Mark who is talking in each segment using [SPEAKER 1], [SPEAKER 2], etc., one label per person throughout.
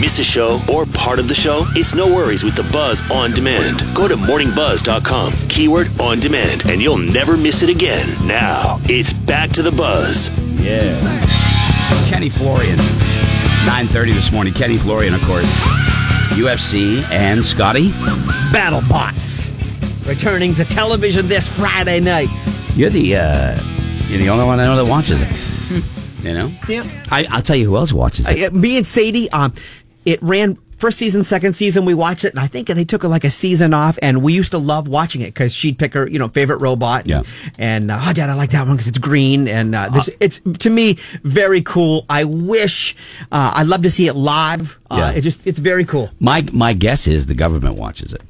[SPEAKER 1] miss a show or part of the show, it's no worries with the Buzz on demand. Go to morningbuzz.com, keyword on demand, and you'll never miss it again. Now, it's back to the buzz.
[SPEAKER 2] Yeah. Kenny Florian. 9.30 this morning. Kenny Florian, of course. UFC and Scotty.
[SPEAKER 3] BattleBots returning to television this Friday night.
[SPEAKER 2] You're the uh, you're the only one I know that watches it. You know?
[SPEAKER 3] Yep.
[SPEAKER 2] I, I'll tell you who else watches it.
[SPEAKER 3] Uh, me and Sadie, um, it ran first season, second season. We watched it, and I think they took like a season off. And we used to love watching it because she'd pick her, you know, favorite robot.
[SPEAKER 2] Yeah.
[SPEAKER 3] And uh, oh, Dad, I like that one because it's green, and uh, there's, it's to me very cool. I wish uh, I'd love to see it live. Uh,
[SPEAKER 2] Yeah.
[SPEAKER 3] It just it's very cool.
[SPEAKER 2] My my guess is the government watches it.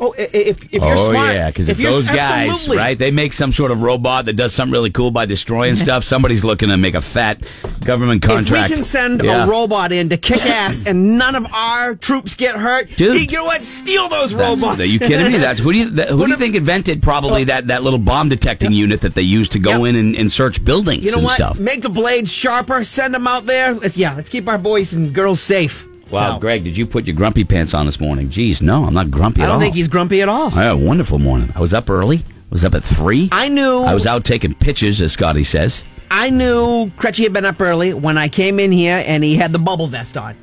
[SPEAKER 3] Oh, i- i- if if you're
[SPEAKER 2] oh
[SPEAKER 3] smart,
[SPEAKER 2] yeah, because if,
[SPEAKER 3] you're-
[SPEAKER 2] those guys,
[SPEAKER 3] absolutely.
[SPEAKER 2] right, they make some sort of robot that does something really cool by destroying stuff. Somebody's looking to make a fat government contract.
[SPEAKER 3] If we can send
[SPEAKER 2] Yeah.
[SPEAKER 3] a robot in to kick ass and none of our troops get hurt,
[SPEAKER 2] Dude.
[SPEAKER 3] you know what? Steal those
[SPEAKER 2] That's-
[SPEAKER 3] robots. Oh.
[SPEAKER 2] Are you kidding me? That's who do you that, who do you think invented probably that, that little bomb detecting unit that they used to go
[SPEAKER 3] Yep.
[SPEAKER 2] in and, and search buildings
[SPEAKER 3] You know
[SPEAKER 2] and
[SPEAKER 3] what?
[SPEAKER 2] stuff?
[SPEAKER 3] Make the blades sharper. Send them out there. Let's yeah. Let's keep our boys and girls safe.
[SPEAKER 2] Wow,
[SPEAKER 3] So,
[SPEAKER 2] Greg, did you put your grumpy pants on this morning? Geez, no, I'm not grumpy
[SPEAKER 3] I
[SPEAKER 2] at all.
[SPEAKER 3] don't think he's grumpy at all.
[SPEAKER 2] I had a wonderful morning. I was up early. I was up at three.
[SPEAKER 3] I knew-
[SPEAKER 2] I was out taking pictures, as Scotty says.
[SPEAKER 3] I knew Crutchy had been up early when I came in here and he had the bubble vest on.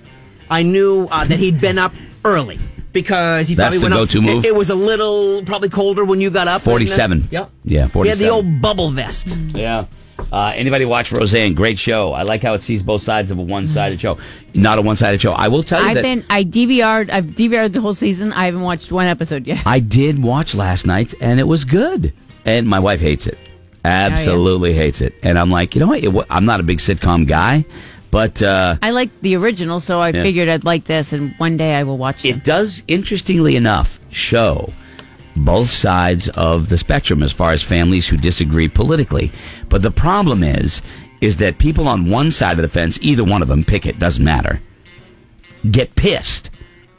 [SPEAKER 3] I knew uh, that he'd been up early because he
[SPEAKER 2] That's
[SPEAKER 3] probably
[SPEAKER 2] the
[SPEAKER 3] went up.
[SPEAKER 2] go-to move?
[SPEAKER 3] It, it was a little probably colder when you got up.
[SPEAKER 2] 47.
[SPEAKER 3] Yep.
[SPEAKER 2] Yeah,
[SPEAKER 3] He had the
[SPEAKER 2] 47.
[SPEAKER 3] old bubble vest.
[SPEAKER 2] Yeah. Uh, anybody watch Roseanne? Great show. I like how it sees both sides of a one-sided show. Not a one-sided show. I will tell you
[SPEAKER 4] I've
[SPEAKER 2] that
[SPEAKER 4] been I DVR'd I've DVR'd the whole season. I haven't watched one episode yet.
[SPEAKER 2] I did watch last night's, and it was good. And my wife hates it,
[SPEAKER 4] Oh,
[SPEAKER 2] absolutely hates it. And I'm like, you know what? It, wa- I'm not a big sitcom guy, but uh,
[SPEAKER 4] I like the original, so I
[SPEAKER 2] Yeah.
[SPEAKER 4] figured I'd like this, and one day I will watch them.
[SPEAKER 2] it does, interestingly enough, show both sides of the spectrum as far as families who disagree politically. But the problem is, is that people on one side of the fence, either one of them, pick it, doesn't matter, get pissed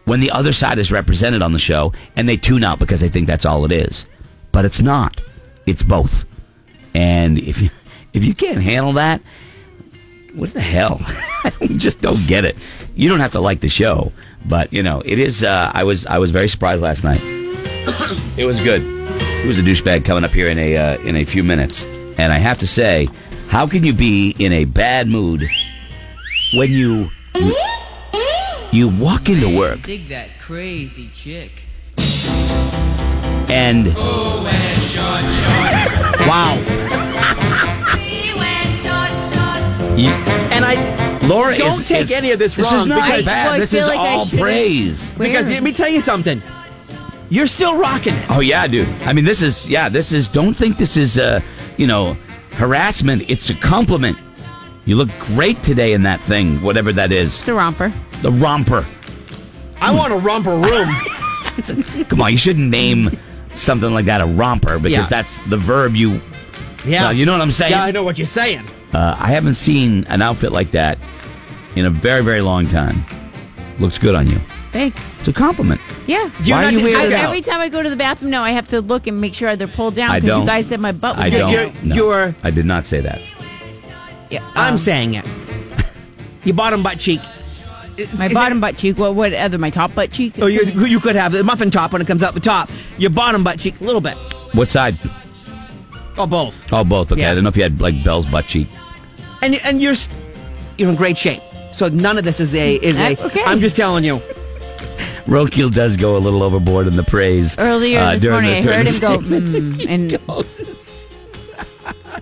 [SPEAKER 2] when the other side is represented on the show and they tune out because they think that's all it is. But it's not. It's both. And if you, if you can't handle that, what the hell? I just don't get it. You don't have to like the show, but you know it is. Uh, I was I was very surprised last night. it was good. It was a douchebag coming up here in a uh, in a few minutes, and I have to say, how can you be in a bad mood when you you walk into work
[SPEAKER 5] Dig that crazy chick.
[SPEAKER 2] and wow, you,
[SPEAKER 3] And I
[SPEAKER 2] Laura
[SPEAKER 3] Don't
[SPEAKER 2] is-
[SPEAKER 3] take
[SPEAKER 2] is-
[SPEAKER 3] any of this
[SPEAKER 2] This is
[SPEAKER 3] wrong
[SPEAKER 2] not
[SPEAKER 3] because-
[SPEAKER 2] bad.
[SPEAKER 4] Well, I
[SPEAKER 2] this
[SPEAKER 4] feel
[SPEAKER 2] is
[SPEAKER 4] like I
[SPEAKER 2] all
[SPEAKER 4] shouldn't-
[SPEAKER 2] praise.
[SPEAKER 4] Where?
[SPEAKER 3] because let me tell you something. You're still rocking it.
[SPEAKER 2] Oh yeah, dude. I mean, this is yeah. This is. Don't think this is uh, you know, harassment. It's a compliment. You look great today in that thing, whatever that is.
[SPEAKER 4] It's a romper.
[SPEAKER 2] The romper.
[SPEAKER 3] I want to romp a room.
[SPEAKER 2] Come on, you shouldn't name something like that a romper because
[SPEAKER 3] Yeah.
[SPEAKER 2] that's the verb you.
[SPEAKER 3] yeah.
[SPEAKER 2] Well, you know what I'm saying.
[SPEAKER 3] Yeah, I know what you're saying.
[SPEAKER 2] Uh, I haven't seen an outfit like that in a very, very long time. Looks good on you.
[SPEAKER 4] Thanks.
[SPEAKER 2] It's a compliment.
[SPEAKER 4] Yeah.
[SPEAKER 3] Do you
[SPEAKER 2] Why are
[SPEAKER 3] not
[SPEAKER 2] you
[SPEAKER 3] take-
[SPEAKER 2] weirded
[SPEAKER 4] I,
[SPEAKER 3] it out?
[SPEAKER 4] every time I go to the bathroom now, I have to look and make sure they're pulled down
[SPEAKER 2] I
[SPEAKER 4] because
[SPEAKER 2] don't.
[SPEAKER 4] you guys said my butt was.
[SPEAKER 2] I
[SPEAKER 4] hanging
[SPEAKER 2] don't.
[SPEAKER 3] You're-
[SPEAKER 2] no.
[SPEAKER 3] you're-
[SPEAKER 2] I did not say that.
[SPEAKER 4] out. Yeah,
[SPEAKER 3] I'm
[SPEAKER 4] um,
[SPEAKER 3] saying it. Your bottom butt cheek. It's-
[SPEAKER 4] my
[SPEAKER 3] it's-
[SPEAKER 4] bottom butt cheek. What? What other? My top butt cheek.
[SPEAKER 3] Oh, you, you could have the muffin top when it comes out the top. Your bottom butt cheek, a little bit.
[SPEAKER 2] What side?
[SPEAKER 3] Or both.
[SPEAKER 2] Oh, both. Okay.
[SPEAKER 3] Yeah.
[SPEAKER 2] I don't know if you had like Bell's butt cheek.
[SPEAKER 3] And and you're st- you're in great shape. So none of this is a is a.
[SPEAKER 4] Okay.
[SPEAKER 3] am just telling you.
[SPEAKER 2] Rokiel does go a little overboard in the praise.
[SPEAKER 4] Earlier
[SPEAKER 2] uh,
[SPEAKER 4] this
[SPEAKER 2] during
[SPEAKER 4] morning,
[SPEAKER 2] the-
[SPEAKER 4] I heard
[SPEAKER 2] during
[SPEAKER 4] him go,
[SPEAKER 2] the-
[SPEAKER 4] mm,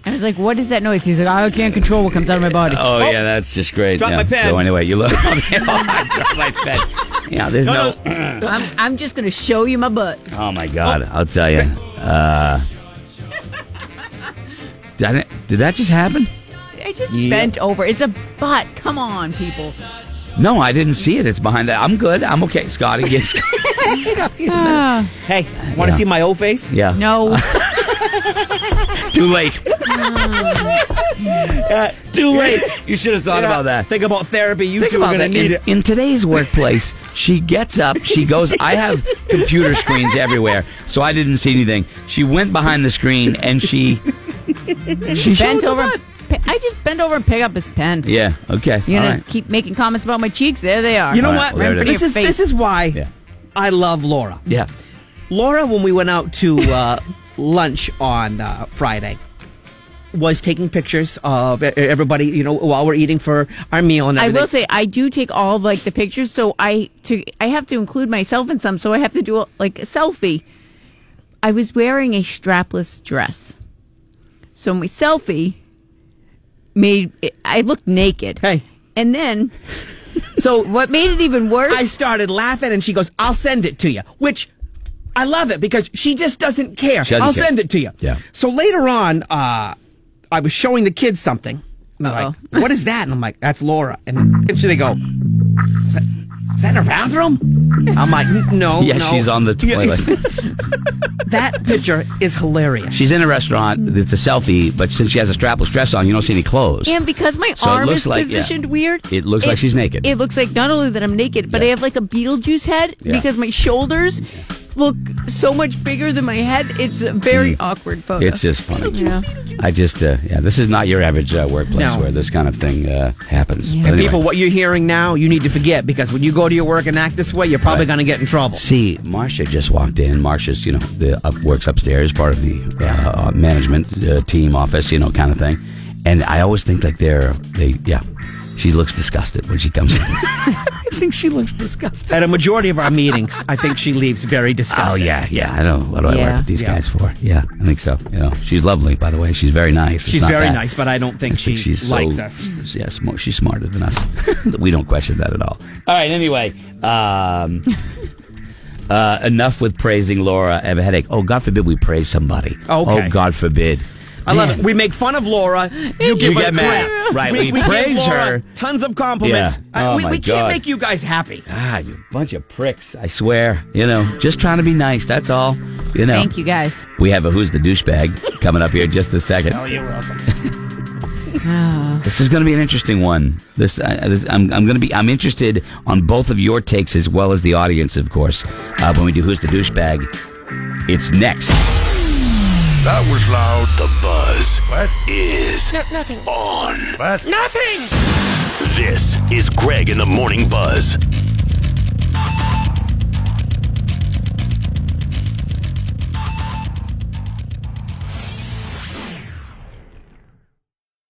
[SPEAKER 4] and I was like, "What is that noise?" He's like, "I can't control what comes out of my body."
[SPEAKER 2] Oh, yeah, that's just great.
[SPEAKER 3] Drop
[SPEAKER 2] yeah.
[SPEAKER 3] my pen.
[SPEAKER 2] So anyway, you look. oh, I dropped my pen. Yeah, there's no,
[SPEAKER 3] No,
[SPEAKER 4] I'm, I'm just gonna show you my butt.
[SPEAKER 2] Oh my God, I'll tell you. Uh, did, I- did that just happen?
[SPEAKER 4] I just bent over. It's a butt. Come on, people.
[SPEAKER 2] No, I didn't see it. It's behind that. I'm good. I'm okay. Scotty, yes. Scotty.
[SPEAKER 3] Hey, want to
[SPEAKER 2] Yeah.
[SPEAKER 3] see my O face?
[SPEAKER 2] Yeah.
[SPEAKER 4] No,
[SPEAKER 2] Too late. Uh, Too late. You should have thought
[SPEAKER 3] Yeah.
[SPEAKER 2] about that.
[SPEAKER 3] Think about therapy. You
[SPEAKER 2] Think
[SPEAKER 3] two are
[SPEAKER 2] about
[SPEAKER 3] gonna
[SPEAKER 2] that.
[SPEAKER 3] need
[SPEAKER 2] In,
[SPEAKER 3] it.
[SPEAKER 2] in today's workplace, she gets up, she goes, I have computer screens everywhere, so I didn't see anything. She went behind the screen and she she showed
[SPEAKER 4] bent
[SPEAKER 2] her
[SPEAKER 4] over.
[SPEAKER 2] butt.
[SPEAKER 4] Pe- I just bend over and pick up his pen.
[SPEAKER 2] Yeah. Okay.
[SPEAKER 4] You're
[SPEAKER 2] All
[SPEAKER 4] gonna
[SPEAKER 2] right.
[SPEAKER 4] keep making comments about my cheeks. There they are.
[SPEAKER 3] You know
[SPEAKER 2] All right,
[SPEAKER 3] what?
[SPEAKER 2] well, there it
[SPEAKER 4] Right in
[SPEAKER 3] this
[SPEAKER 4] your
[SPEAKER 3] is
[SPEAKER 4] face.
[SPEAKER 3] this is why
[SPEAKER 2] Yeah.
[SPEAKER 3] I love Laura.
[SPEAKER 2] Yeah.
[SPEAKER 3] Laura, when we went out to uh, lunch on uh, Friday, was taking pictures of e- everybody. You know, while we're eating for our meal and
[SPEAKER 4] I
[SPEAKER 3] everything.
[SPEAKER 4] will say I do take all of, like the pictures, so I to I have to include myself in some, so I have to do a, like a selfie. I was wearing a strapless dress, so my selfie made I looked naked.
[SPEAKER 3] Hey.
[SPEAKER 4] and then
[SPEAKER 3] so.
[SPEAKER 4] what made it even worse?
[SPEAKER 3] I started laughing, and she goes, "I'll send it to you," which. I love it because she just doesn't care.
[SPEAKER 2] She doesn't
[SPEAKER 3] I'll
[SPEAKER 2] care.
[SPEAKER 3] send it to you.
[SPEAKER 2] Yeah.
[SPEAKER 3] So later on, uh, I was showing the kids something. And they're like,
[SPEAKER 4] Uh-oh.
[SPEAKER 3] what is that? And I'm like, that's Laura. And and so they go, is that, is that in her bathroom? I'm like, "N- no.
[SPEAKER 4] Oh,
[SPEAKER 2] Yeah.
[SPEAKER 3] no."
[SPEAKER 2] She's on the
[SPEAKER 3] Yeah.
[SPEAKER 2] toilet.
[SPEAKER 3] That picture is hilarious.
[SPEAKER 2] She's in a restaurant. It's a selfie, but since she has a strapless dress on, you don't see any clothes.
[SPEAKER 4] and because my
[SPEAKER 2] So it
[SPEAKER 4] arm
[SPEAKER 2] looks
[SPEAKER 4] is
[SPEAKER 2] like- yeah.
[SPEAKER 4] positioned weird,
[SPEAKER 2] It looks like she's naked.
[SPEAKER 4] It looks like not only that I'm naked, but
[SPEAKER 2] Yeah.
[SPEAKER 4] I have like a Beetlejuice head
[SPEAKER 2] Yeah.
[SPEAKER 4] because my shoulders look so much bigger than my head. It's a very awkward photo.
[SPEAKER 2] Mm. It's just funny.
[SPEAKER 4] Yeah.
[SPEAKER 2] I just, uh, yeah, this is not your average uh, workplace
[SPEAKER 3] No.
[SPEAKER 2] where this kind of thing uh, happens. But
[SPEAKER 3] And
[SPEAKER 2] anyway.
[SPEAKER 3] people, what you're hearing now, you need to forget because when you go to your work and act this way, you're probably
[SPEAKER 2] Right.
[SPEAKER 3] going to get in trouble.
[SPEAKER 2] See, Marcia just walked in. Marcia's, you know, the up, works upstairs, part of the uh, uh, management uh, team office, you know, kind of thing. And I always think like they're, they, yeah, she looks disgusted when she comes in. I think she looks disgusted.
[SPEAKER 3] At a majority of our meetings, I think she leaves very
[SPEAKER 2] Oh
[SPEAKER 3] disgusted.
[SPEAKER 2] yeah, yeah. I know. What do I work
[SPEAKER 4] Yeah.
[SPEAKER 2] with these
[SPEAKER 3] Yeah.
[SPEAKER 2] guys for? Yeah, I think so. You know, she's lovely, by the way. She's very nice. It's
[SPEAKER 3] She's
[SPEAKER 2] not
[SPEAKER 3] very
[SPEAKER 2] that.
[SPEAKER 3] nice, but I don't think
[SPEAKER 2] I think
[SPEAKER 3] she
[SPEAKER 2] she's so-
[SPEAKER 3] likes us.
[SPEAKER 2] Yeah, sm- she's smarter than us. we don't question that at all. All right. Anyway, um, uh, enough with praising Laura. I have a headache. Oh, God forbid we praise somebody.
[SPEAKER 3] Okay.
[SPEAKER 2] Oh, God forbid.
[SPEAKER 3] I love it.
[SPEAKER 2] Man.
[SPEAKER 3] We make fun of Laura. You
[SPEAKER 2] You
[SPEAKER 3] give us
[SPEAKER 2] get mad.
[SPEAKER 3] crap.
[SPEAKER 2] Right,
[SPEAKER 3] We,
[SPEAKER 2] we
[SPEAKER 3] give
[SPEAKER 2] praise
[SPEAKER 3] Laura
[SPEAKER 2] her.
[SPEAKER 3] Tons of compliments.
[SPEAKER 2] Yeah.
[SPEAKER 3] I-
[SPEAKER 2] Oh,
[SPEAKER 3] we
[SPEAKER 2] my
[SPEAKER 3] we
[SPEAKER 2] God.
[SPEAKER 3] can't make you guys happy.
[SPEAKER 2] Ah, you bunch of pricks! I swear. You know, just trying to be nice. That's all. You know.
[SPEAKER 4] Thank you guys.
[SPEAKER 2] We have a Who's the Douchebag coming up here in just a second.
[SPEAKER 3] Oh, you're welcome.
[SPEAKER 2] This is going to be an interesting one. This, uh, this I'm, I'm going to be. I'm interested on both of your takes as well as the audience, of course. Uh, when we do Who's the Douchebag, it's next.
[SPEAKER 6] That was loud.
[SPEAKER 1] The buzz
[SPEAKER 6] What?
[SPEAKER 1] is
[SPEAKER 6] What?
[SPEAKER 1] on. This is Greg in the Morning Buzz.